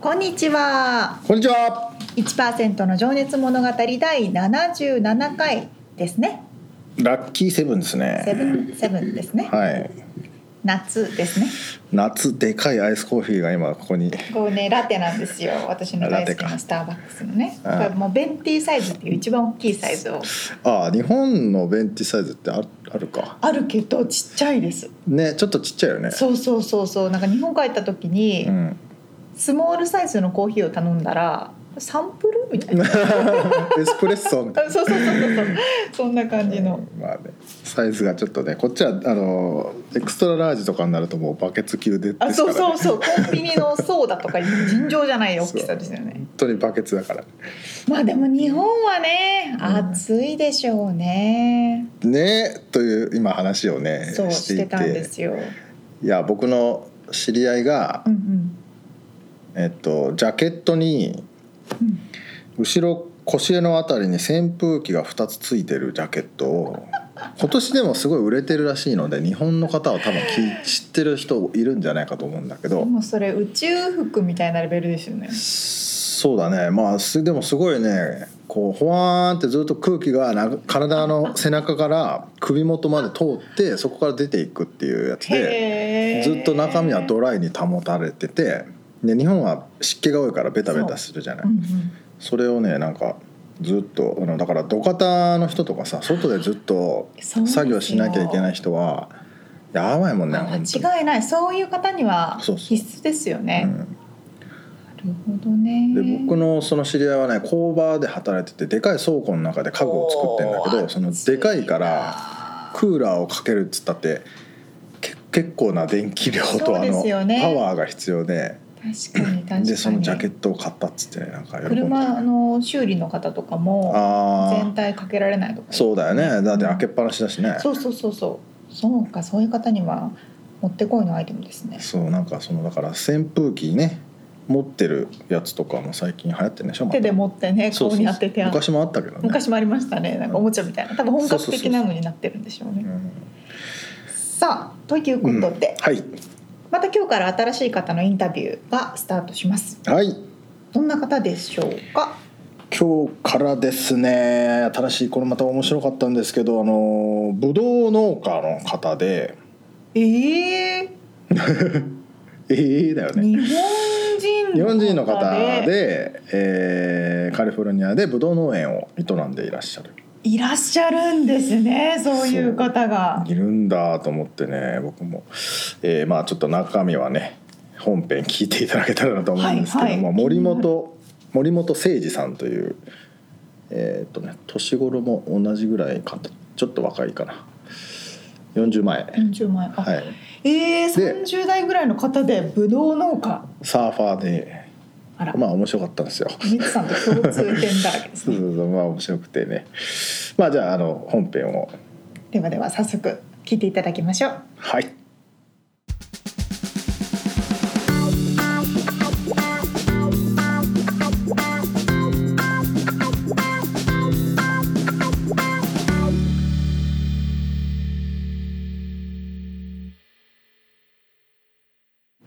こんにちはこんにちは。 1%の情熱物語第77回ですね。ラッキーセブンですセブね。ンセブンですね。はい。夏ですね。夏でかいアイスコーヒーが今ここに。こうねラテなんですよ。私の大好きラテなかスターバックスのね。こああれもうベンティサイズっていう一番大きいサイズをああ、日本のベンティサイズってああるか。あるけどちっちゃいです。ね、ちょっとちっちゃいよね。そうそうそうそう。なんか日本帰った時に、うん。 スモールサイズのコーヒーを頼んだらサンプルみ たいな。エスプレッソみたいそうそうそうそうそう。そんな感じな。の。まあね、サイズがちょっとねこっちはあのエクストララージとかになるともうバケツ級でですかあら、ね、そうそう本そう。コンビニのソーダとか尋常じゃない大きさですよね。当にバケツだからまあでも日本はねうん暑いでしょうね、ねという今話をねそうししてていてたんですよ、いや僕の知り合いがう、んえっと、ジャケットにうんうん、後ろ腰のあたりに扇風機が2つついてるジャケットを今年でもすごい売れてるらしいので日本の方は多分き知ってる人いるんじゃないかと思うんだけどもうそれ宇宙服みたいなレベルですよねそうだねまあすでもすごいねこうほわーんってずっと空気がな体の背中から首元まで通ってそこから出ていくっていうやつでへーずっと中身はドライに保たれててで日本は湿気が多いからベタベタするじゃないうん。うん、それをねなんかずっとあのだから土方の人とかさ外でずっとそうですよ作業しなきゃいけない人はやばいもんねあ本当に間違いないそういう方にはそうそう必須ですよねうなるほどねん、で僕のその知り合いはね工場で働いててでかい倉庫の中で家具を作ってんだけおどーそのでかいからクーラーをかけるっつったってけ結構な電気量とそうあですよの、ねパワーが必要で暑いな確かに確かにでそのジャケットを買ったっつってねなんか喜んでた車の修理の方とかもあ全ー体かけられないとかそうだよねだって開けっぱなしだしねそうそうそうそう。そうか、そういう方にはもってこいのアイテムですね。そうなんかそのだから扇風機ね持ってるやつとかも最近流行ってるんでしょまた手で持ってね、そう顔そうそうに当ててある。昔もあったけどね昔もありましたね、なんかおもちゃみたいな、多分本格的なのになってるんでしょううね。んさあ、というこうんとで、はいまた今日から新しい方のインタビューがスタートします。はいどんな方でしょうか。今日からですね新しいこれまた面白かったんですけどあのブドウ農家の方でええええだよね日本人日本人の方で、えーカリフォルニアでブドウ農園を営んでいらっしゃるいらっしゃるんですね、そういう方が。いるんだと思ってね僕も、えーまあちょっと中身はね本編聞いていただけたらなと思うんですけども、はいはい森本森本誠二さんというえーっとね年頃も同じぐらいかとちょっと若いかな40前、 40万円。あはい、ええでー、30代ぐらいの方でブドウ農家サーファーであら、まあ面白かったんですよ。ミツさんと共通点だらけです そうねそうそうまあ面白くてねまあじゃああの本編をではでは早速聞いていただきましょうはい。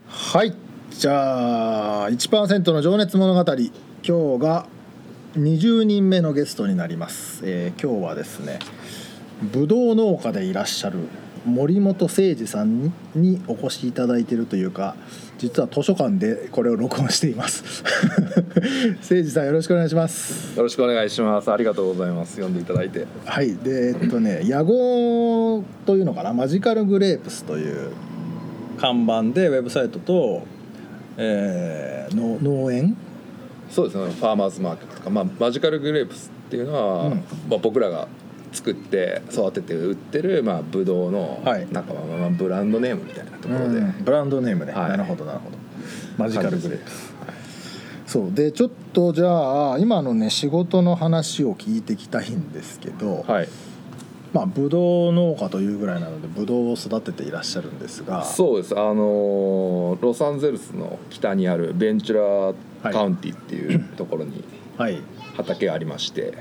はい。じゃあ1%の情熱物語今日が20人目のゲストになります。えー今日はですね、ぶどう農家でいらっしゃる森本誠二さんににお越しいただいてるというか実は図書館でこれを録音しています 誠二さんよろしくお願いしますよろしくお願いします。ありがとうございます。読んでいただいて。はいでえっとね「野号」というのかな「マジカルグレープス」という看板でウェブサイトと、えー、の農園そうですね。ファーマーズマーケットとか、まあ、マジカルグレープスっていうのは、うんまあ、僕らが。作って育てて売ってる、まあ、ブドウの、はいなんか、まあ、ブランドネームみたいなところで。うんブランドネームね、はいなるほどなるほどマジカルグレープそうでちょっとじゃあ今のね仕事の話を聞いていきたいんですけど、はい。まあブドウ農家というぐらいなのでブドウを育てていらっしゃるんですがそうです。あのーロサンゼルスの北にあるベンチュラカウンティっていうところに。はい畑がありまして、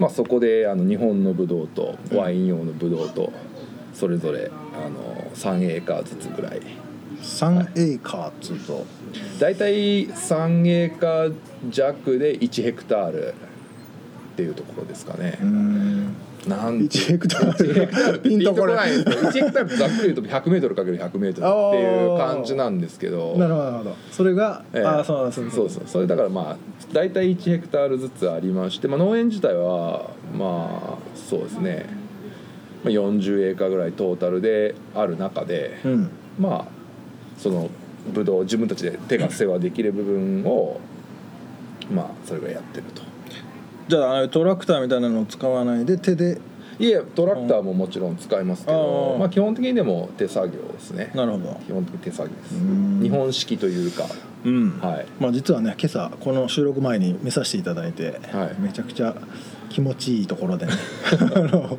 まあ、そこであの日本のブドウとワイン用のブドウとそれぞれあの3エーカーずつぐらい3エーカーっつうと、大体3エーカー弱で1ヘクタールっていうところですかねうー、んなん1ヘクタ1ヘクターールっルてピンとこれこなないいです1ヘクタールってざっくり言うと 100m×100m っていう感じなんですけどなるほどなるほどそれが、ええああそうなんですそうそうそれだからまあ大体1ヘクタールずつありまして、まあ、農園自体はまあそうですねまあ40エーカーぐらいトータルである中で、うんまあそのブドウ自分たちで手が世話できる部分をまあそれぐらいやってると。じゃああのトラクターみたいなのを使わないで手でいえトラクターももちろん使いますけど、あーまあ、基本的にでも手作業ですねなるほど基本的に手作業ですうん日本式というかうんはいまあ、実はね今朝この収録前に見させていただいて、はいめちゃくちゃ気持ちいいところでね あの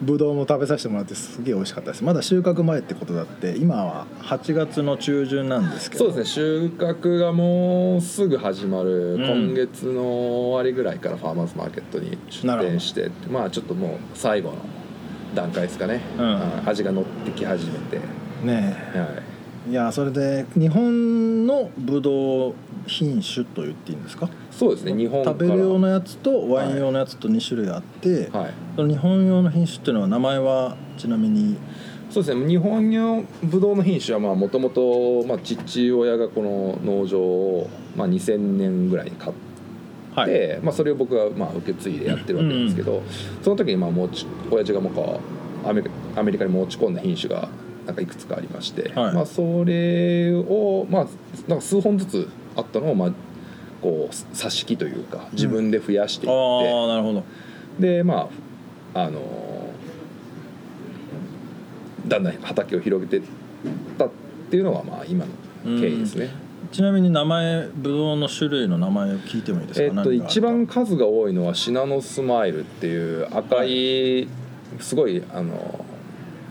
ぶどうも食べさせてもらってすげえ美味しかったですまだ収穫前ってことだって今は8月の中旬なんですけそうどですね収穫がもうすぐ始まる、うん今月の終わりぐらいからファーマーズマーケットに出なるほど店してまあちょっともう最後の段階ですかね、うんはい味が乗ってき始めて、はねえいやそれで日本のぶどう品種と言っていいんですかい、そうですね日本から食べる用のやつとワイン用のやつと2種類あって、はい、その日本用の品種っていうのは名前はちなみにそうですね日本のブドウの品種はまあもともとまあ父親がこの農場をまあ2000年ぐらいに買って。まあ、それを僕がまあ受け継いでやってるわけですけど、その時にまあ持ち親父がもうこうアメリカアメリカに持ち込んだ品種がなんかいくつかありまして、はいまあ、それを、まあ、なんか数本ずつあったのを、まあ、こう差し木というか自分で増やしていあって、あなるほどでまああのーだんだん畑を広げてったっていうのがまあ今の経緯ですね。ちなみに名前ブドウの種類の名前を聞いてもいいですか、えっ何とがあるか一番数が多いのはシナノスマイルっていう赤いすごいあの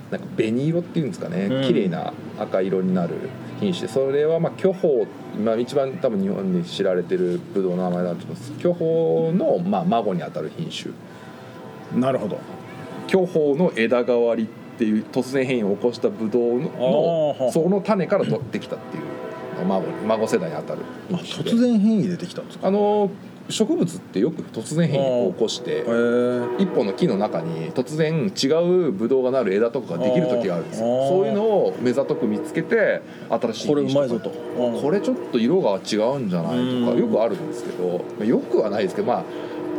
なんか紅色っていうんですかね、うん綺麗な赤色になる品種でそれはまあ巨峰今一番多分日本に知られてるブドウの名前だと思うんです巨峰のまあ孫にあたる品種なるほど巨峰の枝代わりっていう突然変異を起こしたブドウのあーのその種から取ってきたっていう孫に孫世代にあたるあ品種で突然変異出てきたんですかあの植物ってよく突然変異を起こしてへー一本の木の中に突然違うブドウがなる枝とかができる時があるんですよあーそういうのを目ざとく見つけて新しいこれう品まい種ぞかとこれちょっと色が違うんじゃないとうかんよくあるんですけどまあよくはないですけどまあ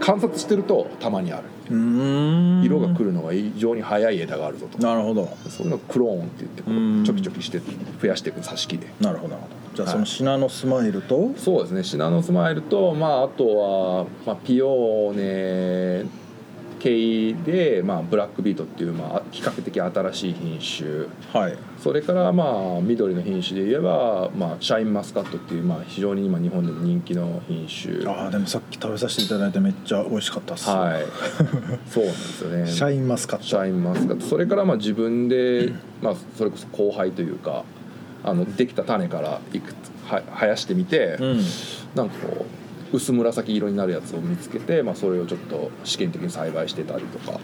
観察してるとたまにあるうーん色が来るのが非常に早い枝があるぞとかなるほどそういうのをクローンって言ってこうんうチョキチョキして増やしていく挿し木でなるほどなるほどじゃあはいそのシナノスマイルと、そうですねシナノスマイルと、まあ、あとは、まあ、ピオーネ系で、まあ、ブラックビートっていう、まあ、比較的新しい品種はいそれから、まあ、緑の品種で言えば、まあ、シャインマスカットっていう、まあ、非常に今日本でも人気の品種ああでもさっき食べさせていただいてめっちゃ美味しかったっす、 はいそうなんですよねシャインマスカッシトャインマスカットそれからまあ自分で、まあ、それこそ後輩というかあのできた種からいくつは生やしてみて、うんなんかこう薄紫色になるやつを見つけて、まあ、それをちょっと試験的に栽培してたりとか、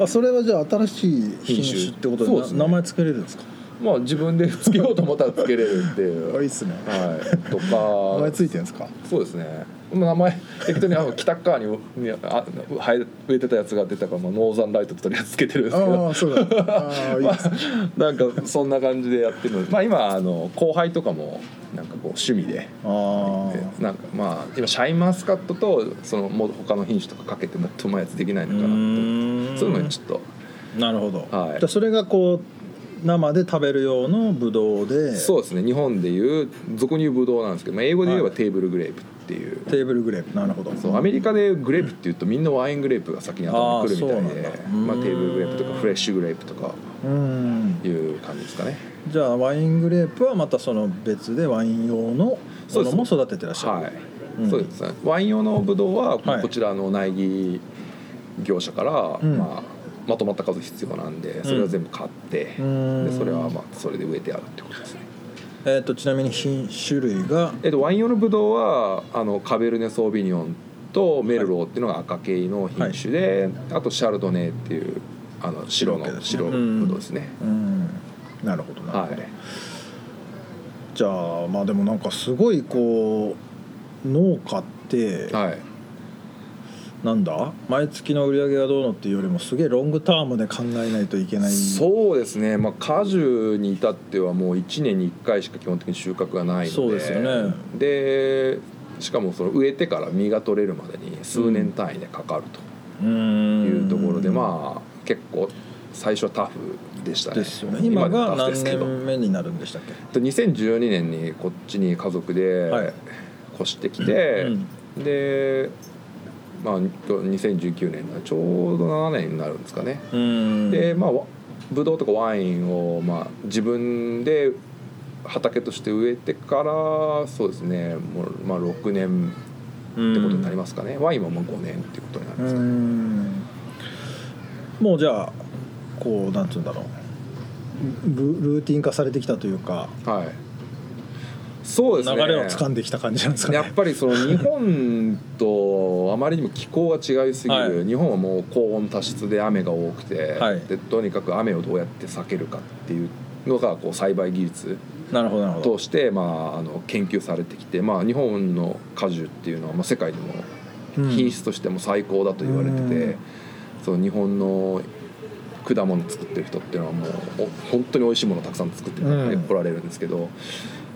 あそれはじゃあ新しい品種ってことでそうですねな名前つけれるんですかまあ、自分で つけようと思ったらつけれるっていあいいうっすねはいと名前かついてるんですかそうですね名前適当にあの北側ににあ生え植えてたやつが出たから、まあ、ノーザンライトってとりあえずつけてるんですけどああそうだああ いいですねなんかそんな感じでやってるの で、まあ、今あの後輩とかもなんかこう趣味で。あでなんかまあ今シャインマスカットとそのもう他の品種とかかけてもっとうまいやつできないのかなとうー思んってそういうのにちょっとなるほど、はいじゃあそれがこう生で食べる用のブドウでそうですね日本でいう俗に言うブドウなんですけど、まあ、英語で言えばはいテーブルグレープっていう,、テーブルグレープなるほどそうアメリカでグレープっていうとみんなワイングレープが先に頭に来るみたいであーそうなんだまあ、うーんテーブルグレープとかフレッシュグレープとかうんいう感じですかねじゃあワイングレープはまたその別でワイン用のもそうでのすも育ててらっしゃるはい、うんそうですねワイン用のブドウははいこちらの苗木業者から、うんまあ、まとまった数必要なんでそれを全部買って、うーんでそれはまあそれで植えてあるってことですねえー、とちなみに品種類がえっと、ワイン用のブドウはあのカベルネ・ソービニョンとメルローっていうのが赤系の品種で、あとシャルドネっていうあの白の白系ですね白ブドウですね、うんなるほどなるほど、はいじゃあまあでもなんかすごいこう農家って、はいなんだ毎月の売り上げがどうのっていうよりもすげえロングタームで考えないといけないそうですね、まあ、果樹に至ってはもう1年に1回しか基本的に収穫がないのでそうですよねでしかもその植えてから実が取れるまでに数年単位でかかるうとんいうところで、まあ結構最初はタフでしたねですよね今がタフ何ですけど年目になるんでしたっけで2012年にこっちに家族はいで越してきて、で、まあ、2019年のちょうど7年になるんですかね、うんでまあわブドウとかワインを、まあ、自分で畑として植えてからそうですねもう、まあ、6年ってことになりますかね、ワインはもう5年ってことになりうますかね、んもうじゃあこうなんつうんだろうルルーティン化されてきたというかはいそうです流ねれを掴んできた感じなんですかねやっぱりその日本とあまりにも気候が違いすぎる、はい日本はもう高温多湿で雨が多くて、はいでとにかく雨をどうやって避けるかっていうのがこう栽培技術なるほどなるほどとして、まあ、あの研究されてきて、まあ、日本の果樹っていうのは、まあ、世界でもうん品質としても最高だと言われてて、うんその日本の果物作ってる人っていうのはもうお本当に美味しいものをたくさん作ってうん来られるんですけど、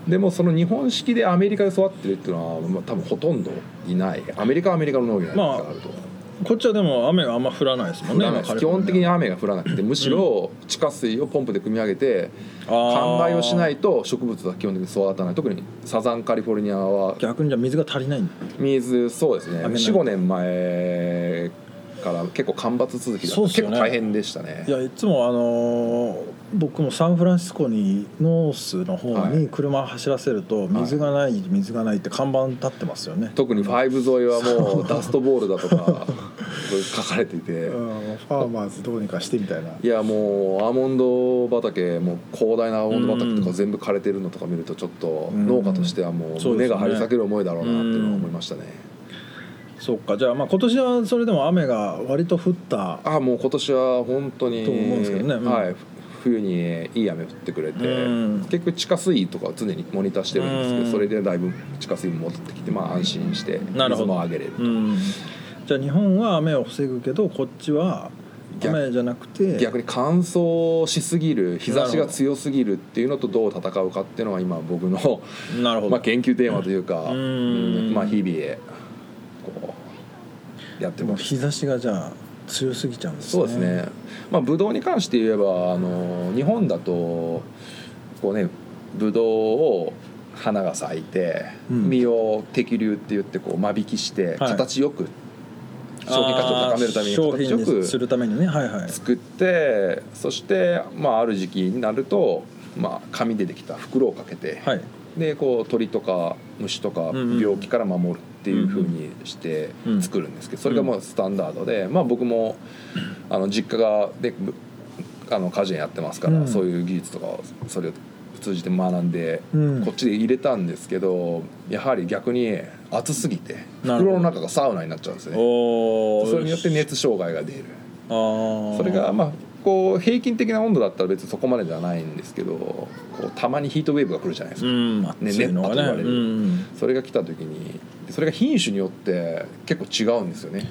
でもその日本式でアメリカで育ってるっていうのは、まあ、多分ほとんどいないアメリカはアメリカの農業なんですまあがあると思うこっちはでも雨があんま降らないですもんね降らないです今基本的にカ雨が降らなくてむしろ地下水をポンプで汲み上げてリフォルニア灌漑をしなあいと植物は基本的に育たない特にサザンカリフォルニアはー逆にじゃあ水が足りない水そうですねあげない45年前から結構干ばつ続きだったそうっす結よ構ね大変でしたねいやいつもあのー僕もサンフランシスコにノースの方はいに車を走らせると水がない、水がないって看板立ってますよね、特にファイブ沿いはもうダストボールだとかそういう書かれていてうんファーマーズどうにかしてみたいないやもうアーモンド畑もう広大なアーモンド畑とうんか全部枯れてるのとか見るとちょっとうん農家としてはもうそうですね胸が張り裂ける思いだろうなっていうのは思いましたねそうかじゃあまあ今年はそれでも雨が割と降ったああもう今年は本当にと思うんですけどねうんはい冬にいい雨降ってくれてうん結局地下水とか常にモニターしてるんですけうんどそれでだいぶ地下水も戻ってきてまあ安心してなるほ水どもあげれるうんじゃあ日本は雨を防ぐけどこっちは逆雨じゃなくて逆に乾燥しすぎる日差しが強すぎるっていうのとどう戦うかっていうのは今僕のなるほど、まあ、研究テーマというか、うんうんまあ、日々こうやってもうます日差しがじゃあ強すぎちゃうんですねそうですね、まあ、ブドウに関して言えばあの日本だとこうねブドウを花が咲いて、うん実を摘粒って言ってこう間引きしてはい形よく商品価値を高めるためあーに商形よ品にすくるためにねはいはい作ってそして、まあ、ある時期になると、まあ、紙でできた袋をかけて、はいでこう鳥とか虫とかうんうん病気から守るっていうふうにしてうん作るんですけどそれがもうスタンダードでまあ僕もあの実家がでぶあの家事やってますかうらんそういう技術とかをそれを通じて学んでうんこっちで入れたんですけどやはり逆に暑すぎてなるほど袋の中がサウナになっちゃうんですねおーそれによって熱障害が出るあーそれがまあこう平均的な温度だったら別にそこまでじゃないんですけどこうたまにヒートウェーブが来るじゃないですうか、んまあね熱いのがね熱波と言われるうんそれが来た時にそれが品種によって結構違うんですよね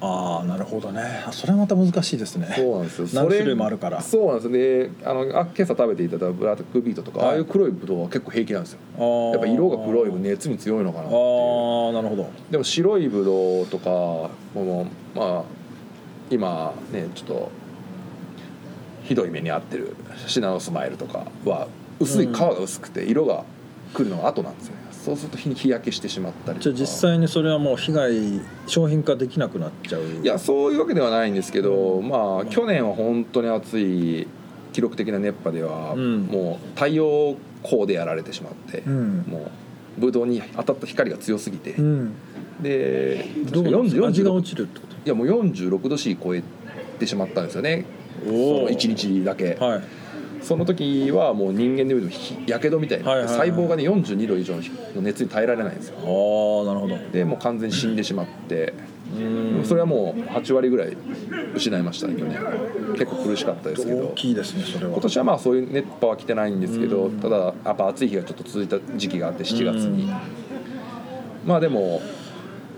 ああなるほどねあそれはまた難しいですねそうなんですよ何それ種類もあるからそうなんですよであのあ今朝食べていただいたブラックビートとか、はいああいう黒いブドウは結構平気なんですよややっぱ色が黒い分熱に強いのかなっていうああなるほどでも白いブドウとかもうまあ今ねちょっとひどい目に遭ってるシナノスマイルとかは薄い皮が薄くて色が来るのが後なんですよね、そうすると日に日焼けしてしまったりじとゃあか実際にそれはもう被害商品化できなくなっちゃういいやそういうわけではないんですけど、まあ去年は本当に暑い記録的な熱波では、うんもう太陽光でやられてしまって、うんもうブドウに当たった光が強すぎて、うんでどう確か40味が落ちるってこといやもう46度 C 超えてしまったんですよねそおーの1日だけ、はいその時はもう人間で見てもひやけどみたいな、はいはいはい細胞がね42度以上の熱に耐えられないんですよああなるほどでもう完全に死んでしまって、うんそれはもう8割ぐらい失いましたね去年結構苦しかったですけ大どきいですねそれは今年はまあそういう熱波は来てないんですけど、うんただやっぱ暑い日がちょっと続いた時期があって7月に、まあでも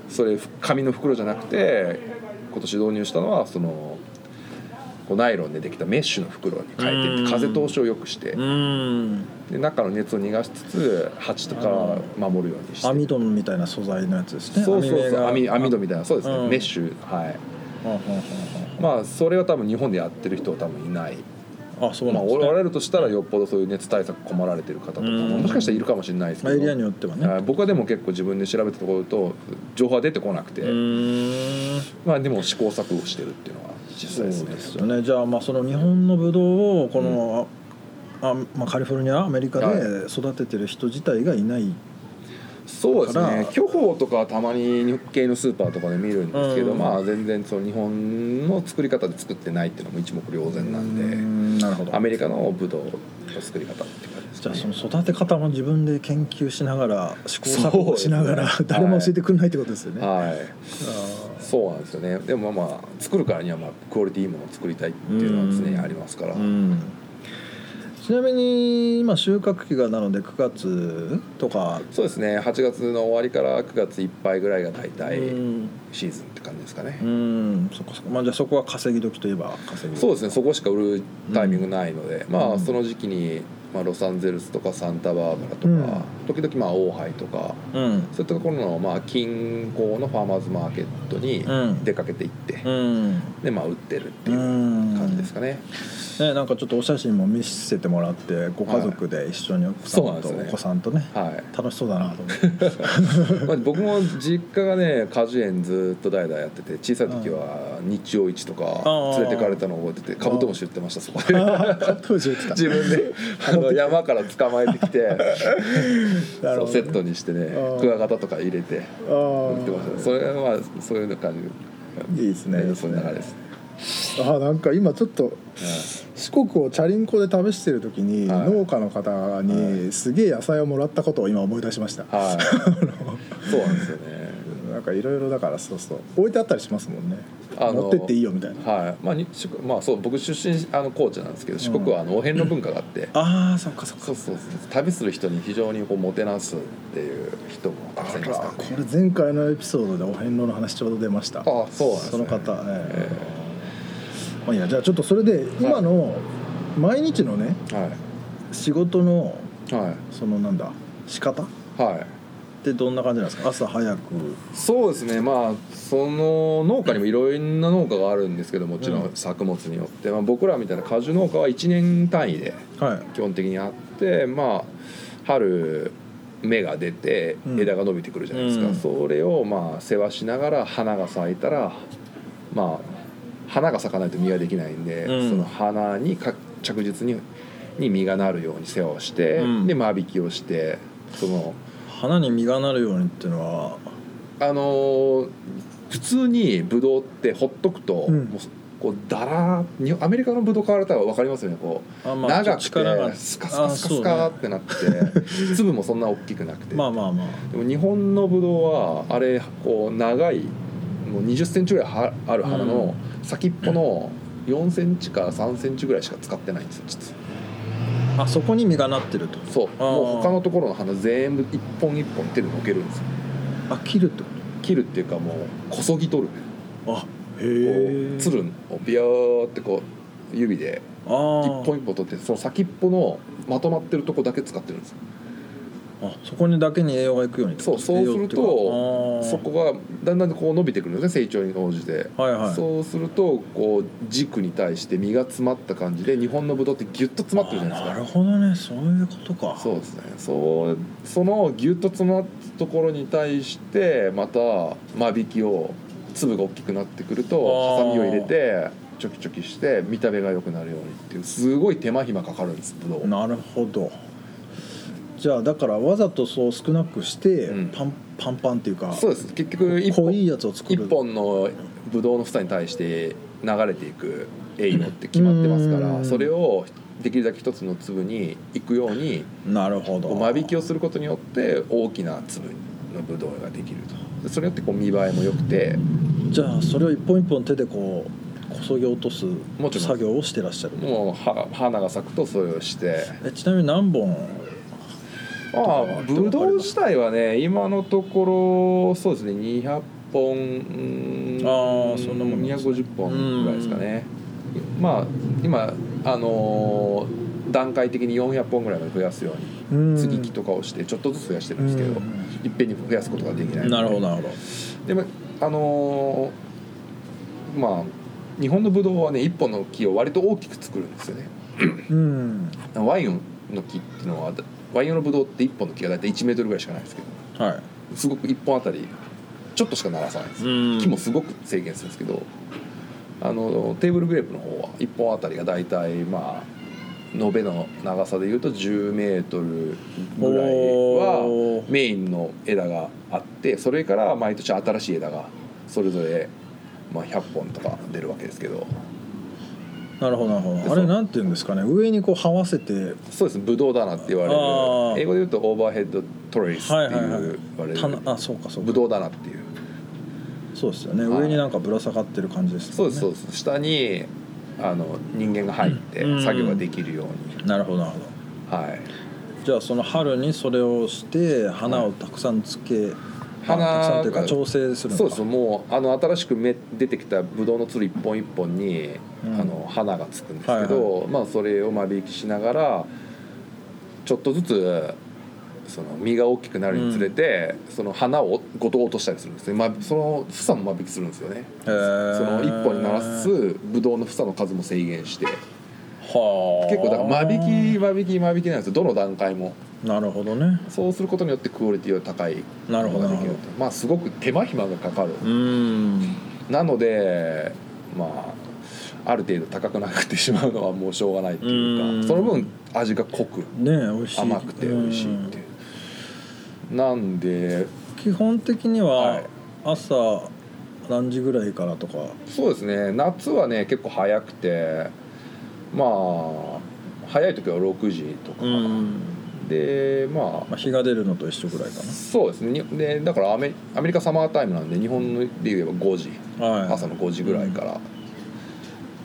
それ紙の袋じゃなくて今年導入したのはそのこうナイロンでできたメッシュの袋に変えてみうんて風通しを良くしてうんで中の熱を逃がしつつ蜂とか守るようにして網戸みたいな素材のやつですねそうそうそう網網網戸戸みたいなそうですね、うんメッシュはいあまあそれは多分日本でやってる人は多分いないそうなまあ、んです我ね々としたらよっぽどそういう熱対策困られてる方とかうんももしかしたらいるかもしれないですけまあど、エリアによってはねはい僕はでも結構自分で調べたところと情報は出てこなくて、うーんまあ、でも試行錯誤してるっていうのは実そう際でですねすよねじゃあまあその日本のブドウをこの、あまあ、カリフォルニアアメリカはで育ててる人自体がいない、そうですだからね巨峰とかはたまに日系のスーパーとかで見るんですけど、うんまあ全然その日本の作り方で作ってないっていうのも一目瞭然なんで、うんなるほどアメリカのブドウの作り方って感じですじゃあねその育て方も自分で研究しながら試行錯誤しながら、そうですね誰も教えてくれないってことですよね、はいそうなんですよねでもまあまあ作るからにはまあクオリティいいものを作りたいっていうのは常にありますから、あーうんちなみに今収穫期がなので9月とか、そうですね8月の終わりから9月いっぱいぐらいが大体うんシーズンって感じですかね、うんそこそこまあじゃあそこは稼ぎ時といえば稼ぎ時そうですねそこしか売るタイミングないので、まうあんその時期に、まあ、ロサンゼルスとかサンタバーバラとか、うん時々まあオーハイとかうんそういったところのまあ近郊のファーマーズマーケットにうん出かけていって、うんでまあ売ってるっていう感感じですかね、ね、なんかちょっとお写真も見せてもらってご家族で一緒にお子さはいんとそうなんでおすね子さんとねはい楽しそうだなと思 ってまあ、僕も実家がね果樹園ずっと代々やってて小さい時は日曜市とあかあ連れてかれたのを覚えててカブトムシ売ってましたそこで 当時言ってた自分であの山から捕まえてきてなるそほどうセットにしてねああクワガタとか入れてあ売ってましたーそれはまあそういう感じいいですねそんな流れですあーなんか今ちょっと四国をチャリンコで試してる時に、はい農家の方に、すげえ野菜をもらったことを今思い出しましたはいそうなんですよねなんかいろいろだからそうそう置いてあったりしますもんねあの持ってっていいよみたいなはいまあに四国まあそう僕出身あの高知なんですけど四国はあのお遍路文化があってああそっかそっかそうそうそう旅する人に非常にこうもてなすっていう人もたくさんいますからねこれ前回のエピソードでお遍路の話ちょうど出ましたあそうなんですねその方、えええまあいいやじゃあちょっとそれで今の毎日のねえは仕事のいはそのなんだ仕方っいはいてどんな感じなんですか朝早くそうですねまあその農家にもいろんな農家があるんですけどもちろん作物によって、まあ、僕らみたいな果樹農家は1年単位ではい基本的にあってまあ春芽が出てうん枝が伸びてくるじゃないですか、うんそれをまあ世話しながら花が咲いたらまあ花が咲かないと実ができないんで、うんその花にか着実にに実がなるように世話をして、うんで間引きをしてその花に実がなるようにっていうのはあのー普通にブドウってほっとくと、うんもうこうだらにアメリカのブドウ買われたら分かりますよねこうあ、長ちくょっとてスカスカスカスカあーっそうねてな って粒もそんな大きくなくて、まあまあまあでも日本のブドウはあれこう長いもう2 0ンチぐらいはある花の先っぽの4センチから3センチぐらいしか使ってないんですよ実はあそこに実がなってるとそうあーもう他のところの花全部一本一本手でのけるんですよあ切るってこ切るっていうかもうこそぎ取るとあへこえうつるをビヨーってこう指でああ一本一本取ってその先っぽのまとまってるとこだけ使ってるんですよあそこにだけに栄養がいくようにってことそうそうす栄養るとっていうかあーそこがだんだんこう伸びてくるんですね成長に応じて、はいはいそうするとこう軸に対して実が詰まった感じで日本のブドウってギュッと詰まってるじゃないですあかなるほどねそういうことかそうですねそうそのギュッと詰まったところに対してまた間引きを粒が大きくなってくるとあーハサミを入れてチョキチョキして見た目が良くなるようにっていうすごい手間暇かかるんですブドウなるほどじゃあだからわざとそう少なくして、うんパンパンパンっていうかそうです結局一濃本いやつを作一る本のブドウの房に対して流れていく栄養って決まってますかうらんそれをできるだけ一つの粒にいくようになるほどこう間引きをすることによって大きな粒のブドウができるとでそれによってこう見栄えも良くてじゃあそれを一本一本手でこうこそぎ落とすちろん作業をしてらっしゃるもうは花が咲くとそれをしてえちなみに何本ああブドウ自体はね今のところそうですね200本うんああそんなもんなんですね250本ぐらいですかねまあ今あのー段階的に400本ぐらいまで増やすように接ぎ木とかをしてちょっとずつ増やしてるんですけどういっぺんに増やすことができないんなるほどなるほどでもあのーまあ日本のブドウはね1本の木を割と大きく作るんですよねうんワインの木っていうのはワイン用のブドウって1本の木が大体1メートルぐらいしかないんですけどはすごく1本あたりちょっとしかならさないんですいようん木もすごく制限するんですけどあのテーブルグレープの方は1本あたりが大体まあ延べの長さでいうと1 0メートルぐらいはおーメインの枝があってそれから毎年新しい枝がそれぞれ、まあ、100本とか出るわけですけどなるほどなるほそどうあれなんて言うんですかね上にこう這わせてそうですねブドウ棚って言われあーる英語で言うとオーバーヘッドトレイスっていはいうはいはい言われ棚るあそうかそうブかドウ棚っていうそうですよねはい上になんかぶら下がってる感じですそうですそううです下にあの人間が入ってうん作業ができるように、なるほどなるほどはいじゃあその春にそれをして花をたくさんつけ、花まあたくさんというがか調整するのかそうですもうあの新しく芽出てきたブドウのつる一本一本に、うんあの花がつくんですけど、まあ、それを間引きしながらちょっとずつその実が大きくなるにつれて、その花をごと落としたりするんですね、まあ、その房も間引きするんですよね。そその一本にならすブドウの房の数も制限してはあ結構だから間引き間引き間引きなんですよどの段階もなるほどねそうすることによってクオリティを高いなるほどものができるとまあすごく手間暇がかかるうーんなのでまあある程度高くなってしまうのはもうしょうがないといううんかその分味が濃くねえ美味しい甘くて美味しいっていうなんでうん基本的にははい朝何時ぐらいからとかそうですね夏はね結構早くてまあ早い時は6時とか、うん、でままあ、あ日が出るのと一緒ぐらいかそうですねにでだからアメアメリカサマータイムなんで日本で言えば5時な、はい、朝の5時ぐらいから、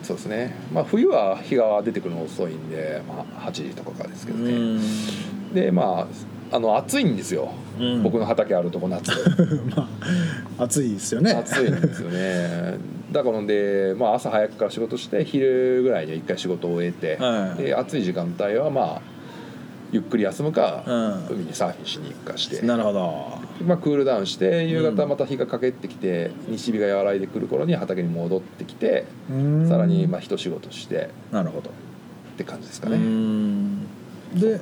そうですねまあ冬は日が出てくるの遅いんで、まあ、8時とかからですけどうね、んでまああの暑いんですよ、うん僕の畑あると こ夏まあ暑いですよね暑いんですよねだからんで、まあ、朝早くから仕事して昼ぐらいには一回仕事を終えて、はいで暑い時間帯はまあゆっくり休むか、う海にサーフィンしに行くかしてん、なるほどまあ、クールダウンして夕方また日がかけてきて、西日が和らいでくる頃に畑に戻ってきてうんさらにまあ一仕事してなるほどって感じですかうね、んで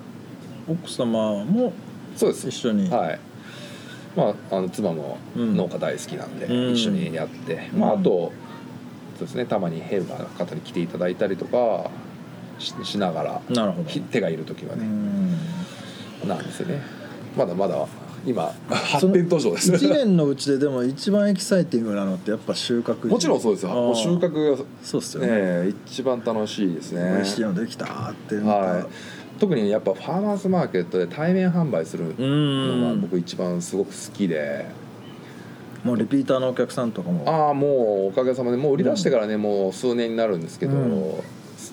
奥様もそうです一緒に、はいまああの妻もうん農家大好きなんで、うん一緒にやって、うんまああとそうですねたまにヘルパーの方に来ていただいたりとかししながらなるほどひ手がいる時はうね、んなんですよねまだまだ今そ発の展途上です一年のうちででも一番エキサイティングなのってやっぱ収穫 もちろんそうですよあーもう収穫がそうっすよねね一番楽しいですね美味しいのできたーってなんかはい、特にやっぱファーマーズマーケットで対面販売するうのがん僕一番すごく好きで、もうリピーターのお客さんとかもああもうおかげさまでもう売り出してからね、もう数年になるんですけど、うん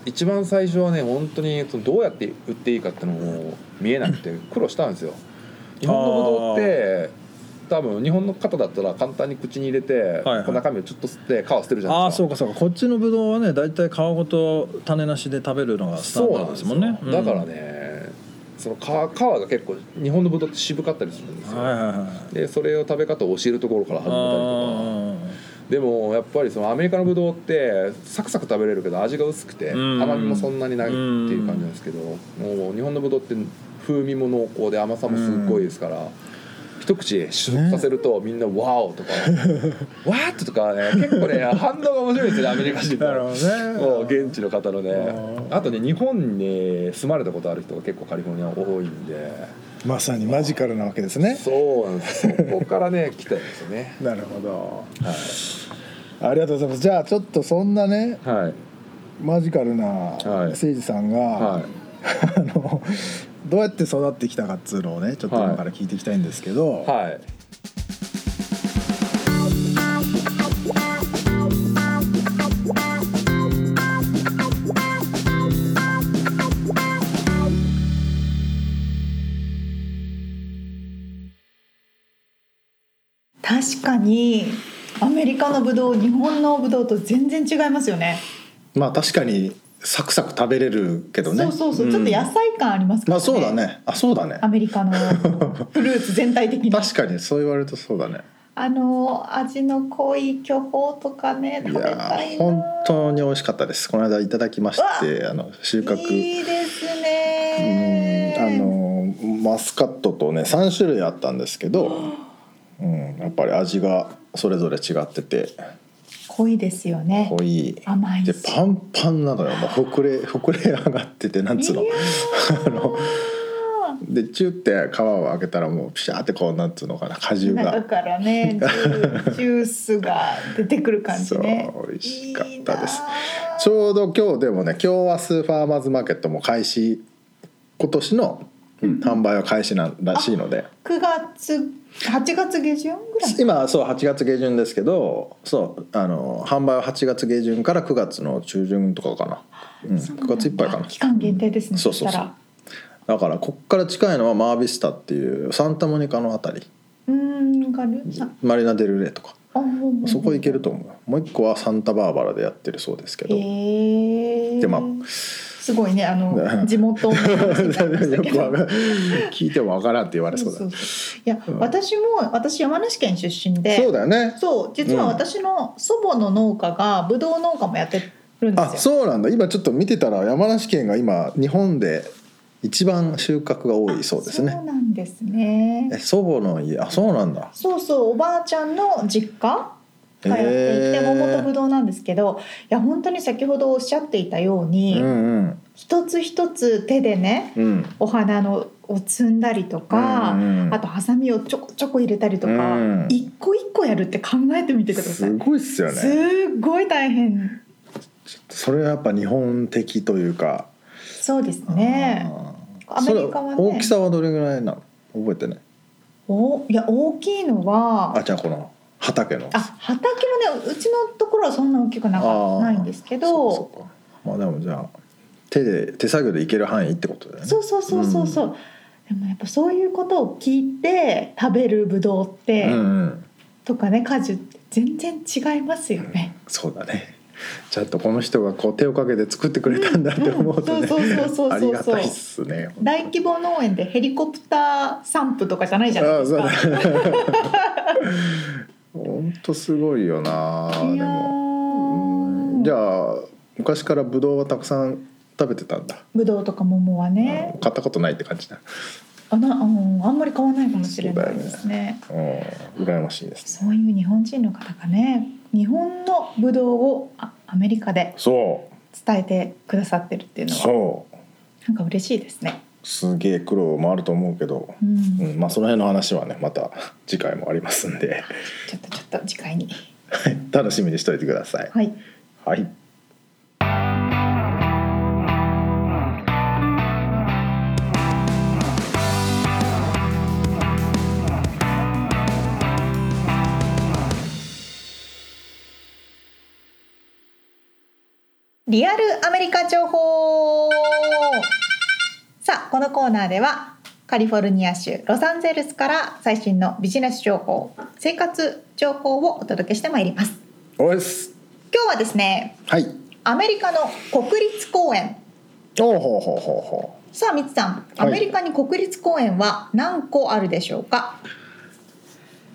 一番最初はね本当にそのどうやって売っていいかっていうのも見えなくて苦労したんですよ日本のブドウって多分日本の方だったら簡単に口に入れて、はいはい中身をちょっと吸って皮を捨てるじゃないあであすかそうかそうかこっちのブドウはね大体皮ごと種なしで食べるのがスタンそうダーなんドでですすももんんねね、うんだからねその皮皮が結構日本のブドウって渋かったりするんですよ、はいはいはいでそれを食べ方を教えるところから始めたりとかあでもやっぱりそのアメリカのブドウってサクサク食べれるけど味が薄くてうん甘みもそんなにないっていう感じなんですけどもう日本のブドウって風味も濃厚で甘さもすっごいですから。一口試食させるとみんな「ワオ!」と か「ワーッ!」とかね結構ね反応が面白いですよねアメリカ人なるほのもどうね現地の方のねあとね日本に住まれたことある人が結構カリフォルニア多いんでまさにマジカルなわけですねそうなんですそこからね来たんですよねなるほどありがとうございますじゃあちょっとそんなねはいマジカルなはい誠司さんが、はい あのどうやって育ってきたかっつうのをねちょっと今から聞いていきたいんですけど、はい確かにアメリカのブドウ日本のブドウと全然違いますよねまあ確かにサクサク食べれるけどねそうそうそう、ちょっと野菜感ありますかまらあそうだねあそうだねアメリカのフルーツ全体的 に確かにそう言われるとそうだねあの味の濃い巨峰とかねい食べたやいーな本当に美味しかったですこの間いただきましてあの収穫いいですうんねあのマスカットとね3種類あったんですけど、うん、やっぱり味がそれぞれ違ってて濃いですよね濃い甘いしでパンパンなのよもう膨れ膨れ上がっててなんつうのいやあのでチュって皮を開けたらもうピシャーってこうなんつうのかな果汁中がからねジュージュースが出てくる感じねそう美味しかったですいいなあちょうど今日でもね今日はスーファーマーズマーケットも開始今年の販売は開始なんらしいので。 9月8月下旬ぐらい今そう8月下旬ですけどそうあの販売は8月下旬から9月の中旬とかかな、うん、そうなん9だ月いっぱいかな期間限定ですねそうそうそうしたらだからこっから近いのはマービスタっていうサンタモニカのあたりうーんガルさマリナ・デル・レイとかあほんほんそこ行けると思うもう一個はサンタバーバラでやってるそうですけへど、えでまあすごいねあ の地元の話になりましよたけくどわかん聞いてもわからんって言われそうだそうそういや、私も私山梨県出身でそうだよねそう実は私の祖母の農家がぶどう農家もやってるんですよあそうなんだ今ちょっと見てたら山梨県が今日本で一番収穫が多いそうですそうねなんですねえ祖母の家あそうなんだそうそうおばあちゃんの実家通っていへてー桃とぶどうなんですけどいや本当に先ほどおっしゃっていたように、うんうん一つ一つ手でねうんお花のを摘んだりとか、うんうんあとハサミをちょこちょこ入れたりとか、うん一個一個やるって考えてみてくださいす。ごいっすよすねっごい大変それはやっぱ日本的というかそうですねあーアメリカはねそれ大きさはどれぐらいなの覚えてないおいや大きいのはあじゃあこの畑のあ畑もねうちのところはそんな大きくなかあーないんですけどそそうかそうかまあでもじゃあ手で手作業でいける範囲ってことだよねうそうそうそうそう、でもやっぱそういうことを聞いて食べるぶどうって、うんうんとかね果樹って全然違いますよね。そうだねちゃんとこの人がこう手をかけて作ってくれたんだって思うとねうんうんそうそうそうそうそうありがたいっすね大規模農園でヘリコプター散布とかじゃないじゃないです か。あそうだねほんとすごいよないでやーもじゃあ昔からブドウはたくさん食べてたんだぶどうとか桃はね、買ったことないって感じだあな、うん、あんまり買わないかもしれないですね。うん羨ましいですそういう日本人の方がね日本のブドウをあアメリカでそ伝えてくださってるっていううのはそうなんか嬉しいですね。すげえ苦労もあると思うけど、うん、うん、まあその辺の話はねまた次回もありますんで ちょっとちょっと次回に。楽しみにしといてくださいはい。はいあリアルアメリカ情報さあこのコーナーではカリフォルニア州ロサンゼルスから最新のビジネス情報生活情報をお届けしてまいりますおいっす今日はですねはいアメリカの国立公園おうほうほうほうほうさあみつさんアはいメリカに国立公園は何個あるでしょうか、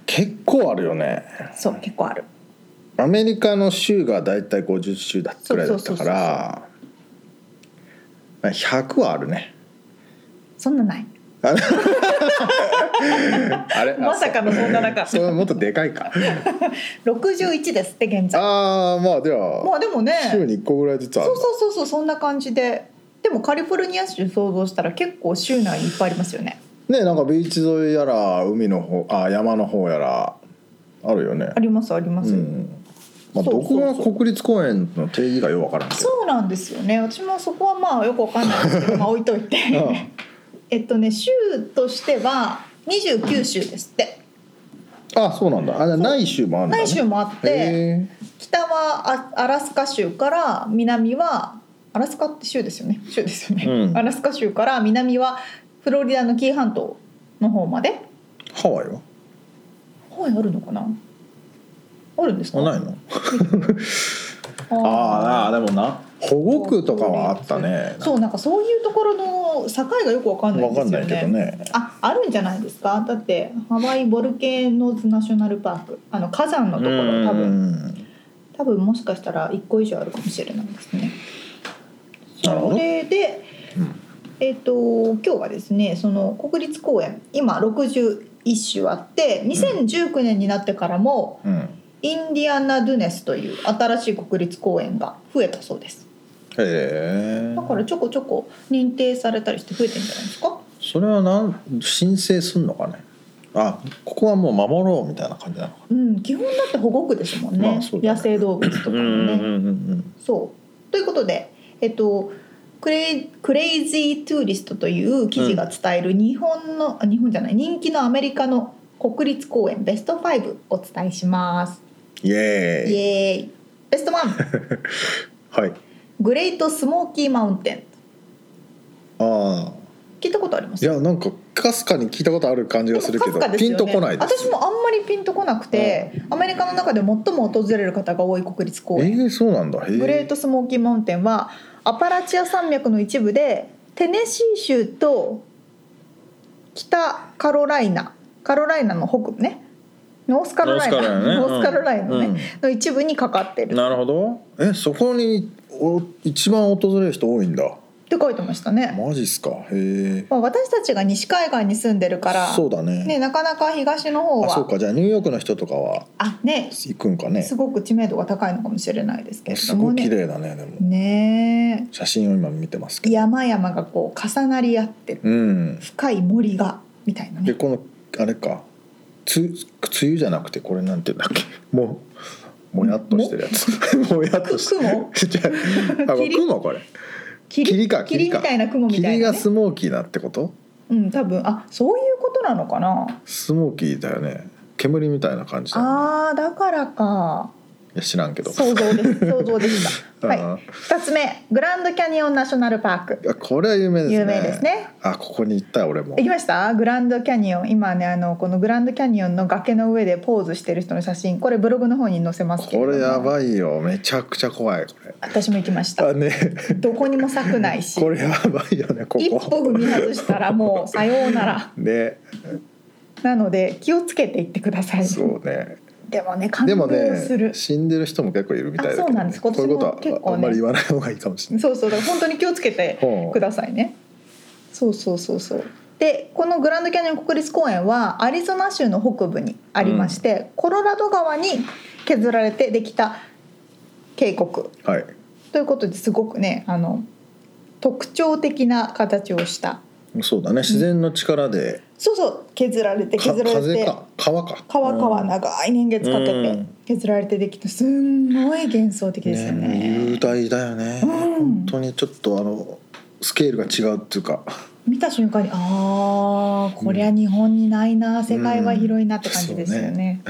結構あるよねそう結構あるアメリカの州がだいたい50州だくらいだったそうそうそかうそうらまあ100はある ねそんなないあれまさかのそんな中あそれもっとでか いか61ですって現在ああまあでは、まあでもね週に1個ぐらいずつあるそんうだそうそうそうそんな感じででもカリフォルニア州想像したら結構州内にいっぱいありますよねねなんかビーチ沿いやら海の方あ山の方やらあるよねありますあります、うんまあ、そうどこがそうそう国立公園の定義がよくわからんけどそうなんですよね私もそこはまあよくわかんないですけどまあ置いとい て、うんえっとね州としては29州ですってあそうなんだあじゃあない州もあるんだ、ね、ない州もあってへ北はアアラスカ州から南はアラスカって州ですよね州ですよね、うんアラスカ州から南はフロリダの紀伊半島の方までーハワイはハワイあるのかなあるんですかあないのあーああでもな保護区とかはあったねそうなんかそういうところの境がよくわかんないんわですかんよないけねどねああるんじゃないですかだってハワイボルケーノズナショナルパークあの火山のところ多う分ん多分もしかしたら1個以上あるかもしれないですねなるほそどれで、うんえっ、と今日はですねその国立公園今61種あって2019年になってからも、うんインディアナ・ドゥネスという新しい国立公園が増えたそうですへえだからちょこちょこ認定されたりして増えてんじゃないですかそれはなん申請すんのかねあここはもう守ろうみたいな感じなのかうん、基本だって保護区ですもんね,、まあそうだね野生動物とかもなね。んうんそうということで、えっと、クレイクレイジー・トゥーリストという記事が伝える日本の、あ日本じゃない人気のアメリカの国立公園ベスト5お伝えします。イエーイイエーイベ スト1はいグレート・スモーキー・マウンテンああ聞いたことありまいすやなんかかすかに聞いたことある感じがするけど、でもかすかですピよンねとこないです私もあんまりピンとこなくて、アメリカの中で最も訪れる方が多い国立公え園えそうなんだへえグレートスモーキーマウンテンはアパラチア山脈の一部でテネシー州と北カロライナカロライナの北部ねノースカロライナノノーーススカカロラロライイナナねのねの一部にかかってるっなるほどえそこにお一番訪れる人多いんだて書いてましたね、マジっすかへえまあ、私たちが西海岸に住んでるからそうだねねなかなか東の方あそうはかじゃあニューヨークの人とかはあね行くんかねすごく知名度が高いのかもしれないですけれすどもごい綺ね麗だねでもね写真を今見てますけえど山々がこう重なり合ってうん深い森がみたいなねでこのあれかつ梅雨じゃなくてこれなんていうんだっけ もうもやっとしてるやつ もやっとして雲 るあ霧雲これ霧霧か霧霧かみたいな雲みたい霧な、がね、スモーキーなってことうん多分あそういうことなのかなスモーキーだよね煙みたいな感じだよねあーだからかいや知らんけど想像です想像でしたはい あ2つ目グランドキャニオンナショナルパークーこれは有名ですね有名ですねあここに行ったよ俺も行きましたグランドキャニオン今ねあのこのグランドキャニオンの崖の上でポーズしてる人の写真これブログの方に載せますけれこどもれやばいよめちゃくちゃ怖いこれ私も行きました あねどこにも咲くないしこれやばいよねこ一こ歩踏み外したらもうさようならねなので気をつけて行ってくださいそうねでもね感でも動する、ね死んでる人も結構いるみたいだけど、あそうなんですこ今ういう年もこと結構ねはあんまり言わない方がいいかもしれないそうそうだから本当に気をつけてほうくださいね。そうそうそうそう。でこのグランドキャニオン国立公園はアリゾナ州の北部にありまして、コロラド川に削られてできた渓谷はいということですごくねあの特徴的な形をしたそうだね自然の力で、そうそう削られてか削られ風てか川か川川長い年月かけうてん削られてできたすんごい幻想的ですよねね雄大だよね、うん本当にちょっとあのスケールが違うっていうか見た瞬間にああこりゃ日本にないな、世界は広いなって感じですよね。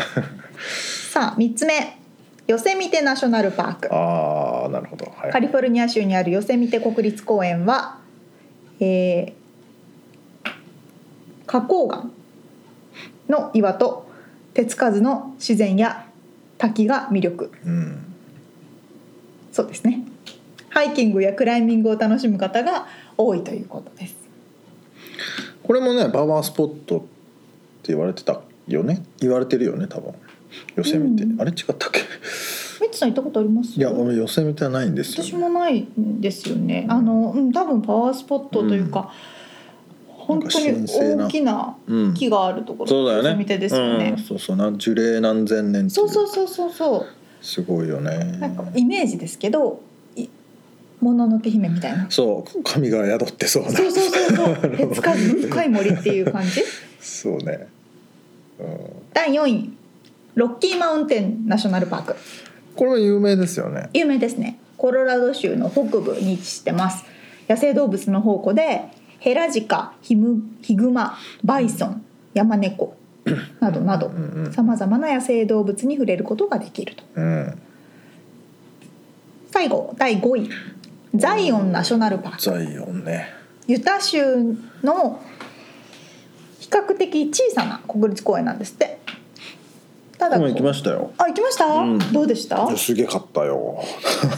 さあ3つ目ヨセミテナショナルパークああなるほどはいカリフォルニア州にあるヨセミテ国立公園は、えー花崗岩の岩と手つかずの自然や滝が魅力うんそうですねハイキングやクライミングを楽しむ方が多いということですこれもねパワースポットって言われてたよね言われてるよね多分ヨセミテ、うんあれ違ったっけみつさん行ったことありますいや俺ヨセミテはないんですよ、ね、私もないんですよねあの、うん、多分パワースポットというか、本当になんか神聖な大きなうん木があるところ、そうだよね見てですよね、うん、そうそうな樹齢何千年っていそうそうそうそうそうすごいよねなんかイメージですけどいもののけ姫みたいな。そう神が宿って そうなそうそうそうそう。手つかずの深い森っていう感じ。そうね、うん、第4位ロッキーマウンテンナショナルパークこれは有名ですよね有名ですね。コロラド州の北部に位置してます。野生動物の宝庫でヘラジカ、ヒムヒグマ、バイソン、ヤマネコなどなどうんうんさまざまな野生動物に触れることができると。うん最後第5位ザイオンナショナルパーク。ザイオンねユタ州の比較的小さな国立公園なんですってただこここうも行きましたよあ行きました、うんどうでしたいやすげえかったよ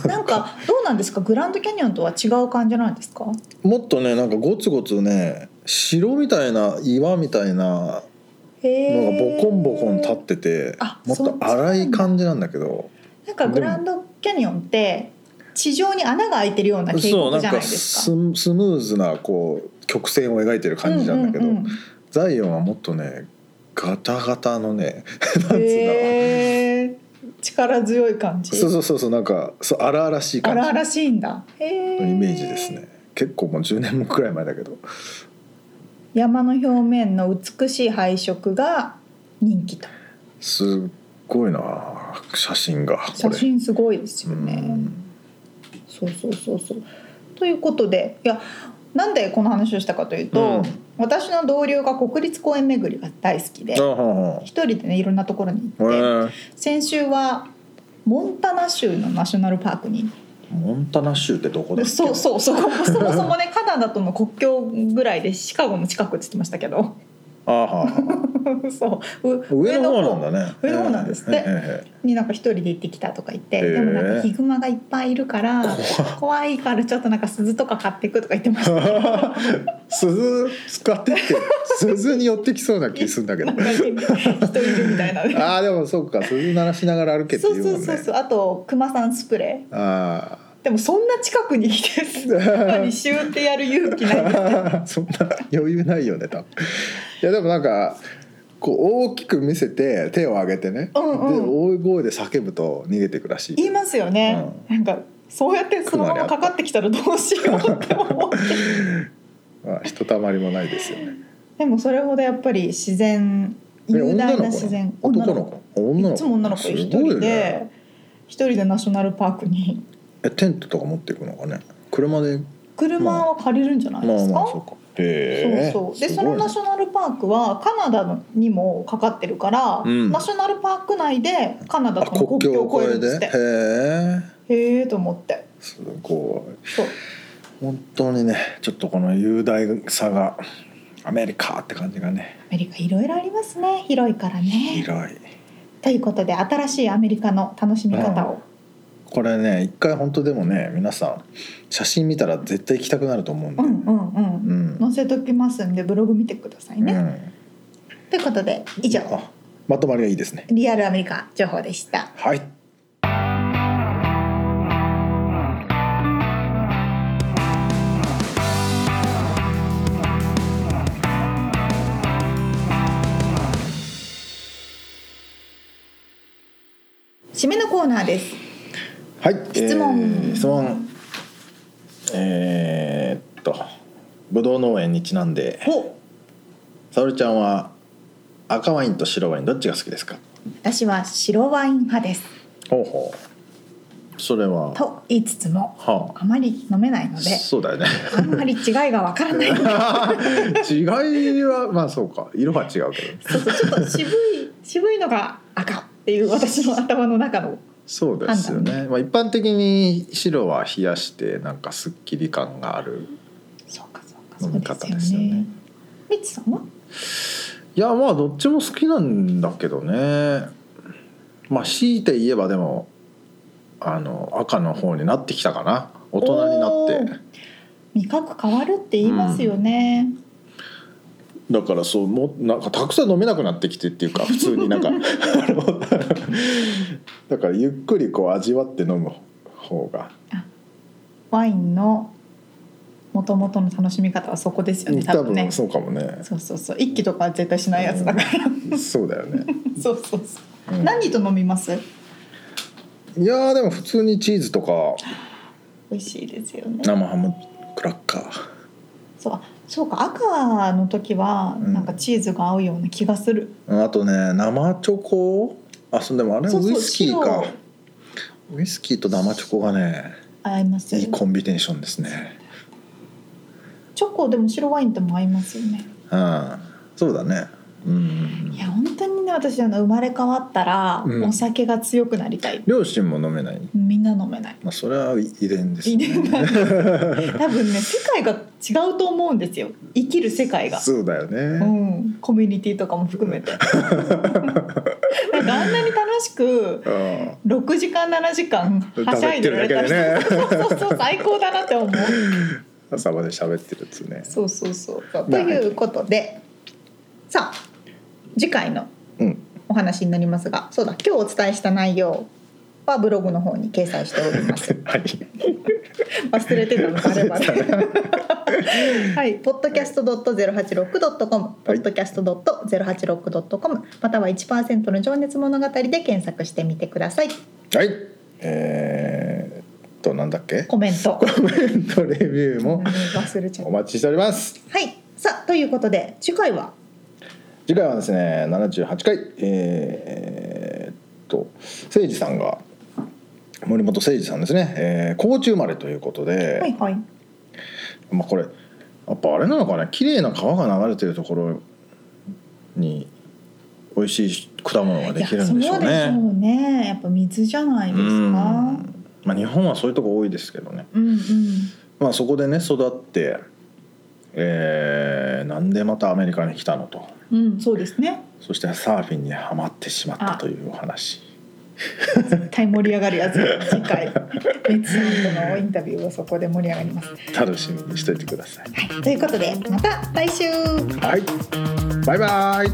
なんかどうなんですかグランドキャニオンとは違う感じなんですかもっとねなんかゴツゴツね城みたいな岩みたへいなのがえボコンボコン立ってて、あもっそうと荒い感じなんだけどなんかグランドキャニオンって地上に穴が開いてるような渓そう谷なんじゃないかですかスムスムーズなこう曲線を描いてる感じなんだけど、ううザイオンはもっとねガタガタのね なんつうんうへんだろうえ力強い感じそうそうそうそうなんかそう荒々しい感荒じ々しいんだへえのイメージですね結構もう10年もくらい前だけど山の表面の美しい配色が人気とすっごいな写真がこれ写真すごいですようねんそうそうそうそうということでいやなんでこの話をしたかというと、うん私の同僚が国立公園巡りが大好きであはは一人でねいろんなところにえ行ってー、先週はモンタナ州のナショナルパークにモンタナ州ってどこだっけそうそうそこもそもそもねカナダとの国境ぐらいでシカゴの近くって言ってましたけど あははそうう上の方なんだね 上の方なんですってええ ええになんか一人で行ってきたとか言って、へーでもなんかヒグマがいっぱいいるから怖いからちょっとなんか鈴とか買っていくとか言ってま した。鈴使っ てって鈴に寄ってきそうな気するんだけどなんか人いるみたいな。ああでもそうか鈴鳴らしながら歩けってそ言ううもんそねうそうそう。あとクマさんスプレあー。でもそんな近くに 来てスーパーにシューってやる勇気ないんです。あ そんな余裕ないよね多分いやでもなんかこう大きく見せて手を上げてね、うんうんで大声で叫ぶと逃げていくらしい言いますよね。なんかそうやってそのままかかってきたらどうしようって 思って。まあひとたまりもないですよねでもそれほどやっぱり自然え雄大な自然女の子なの女の子いつも女の子一すごい人ねで一人でナショナルパークにえテントとか持っていくのかね車で車は借りるんじゃなまあいですまあかそうかへえそうそうですそごいのねナショナルパークはカナダにもかかってるから、うんナショナルパーク内でカナダあとの国国境境をを越える越えんですっでてへえへえと思ってすごいそう本当にねちょっとこの雄大さがアメリカって感じがねアメリカいろいろありますね広いからね広いということで新しいアメリカの楽しみ方を、これね一回本当でもね皆さん写真見たら絶対行きたくなると思うんで、うん、うんうんう載んせときますんでブログ見てくださいね、ということで以上うんあまとまりがいいですねリアルアメリカ情報でしたはい締めのコーナーですはい質問えー質問えーっとぶどう農園にちなんでお沙織ちゃんは赤ワインと白ワインどっちが好きですか私は白ワイン派ですほうほうそれはと言いつつもはあまり飲めないのあでそうだよね あんまり違いがわからない。違いはまあそうか色は違うけどそうそうちょっと渋い渋いのが赤っていう私の頭の中のそうですよね、まあ、一般的に白は冷やしてなんかすっきり感があるそうかそうか飲みそ方うでですすよよねね。ミツさんはいやまあどっちも好きなんだけどねまあ強いて言えばでもあの赤の方になってきたかな大人になって味覚変わるって言いますよね。だからそうもなんかたくさん飲めなくなってきてって いうか普通になんかあのだからゆっくりこう味わって飲む方がワインの元々の楽しみ方はそこですよね。多多分ね。分そそうかもねうそうそう。一気とかは絶対しないやつだから。そうだよね、そうそうそう。うん何と飲みます？いやーでも普通にチーズとか美味しいですよね。生ハムクラッカーそうあそうか赤の時はうんなんかチーズが合うような気がする。あとね生チョコあそうでもあれそうそうウイスキーか白ウイスキーと生チョコがね合いますよいね。いコンビネーションですねチョコでも白ワインとも合いますよね。うんそうだねうんいや本当にね私あの生まれ変わったらうんお酒が強くなりたい、両親も飲めないみんな飲めないまあそれは遺伝です遺ね伝 だね多分ね世界が違うと思うんですよ生きる世界が。そうだようね、ん、コミュニティとかも含めてなんかあんなに楽しくうん6時間7時間はしゃいでられたら、喋ってるそうそうそう最高だなって思う朝まで喋ってるっつうねそうそうそう。いということで、さあ次回のうん お話になりますが、そうだ今日お伝えした内容はブログの方に掲載しております。はい忘れてたの バレバレ。 はい、podcast.086.com、はい podcast.086.com または1%の情熱物語で検索してみてください。はいえー、っとなんだっけコメント。コメントレビューも忘れちゃ おう。待ちしておりますはい、さあということで次回は次回はですね78回えー、っと誠司さんが森本誠司さんですね、えー、高知生まれということで、はいはい。まあこれやっぱあれなのかね綺麗な川が流れてるところに美味しい果物ができるんでしょいやそううでしね。ょうねやっぱ水じゃないですうかうんんうんまあ日本はそういうとこ多いですけどね。まあそこでね育って、えーなんでまたアメリカに来たのと、うんそうですねそしてサーフィンにはまってしまったというお話。絶対盛り上がるやつ次 回ミツさんとのインタビューはそこで盛り上がります、は楽しみにしていてください。い、ということでまた来週はい、バイバイ。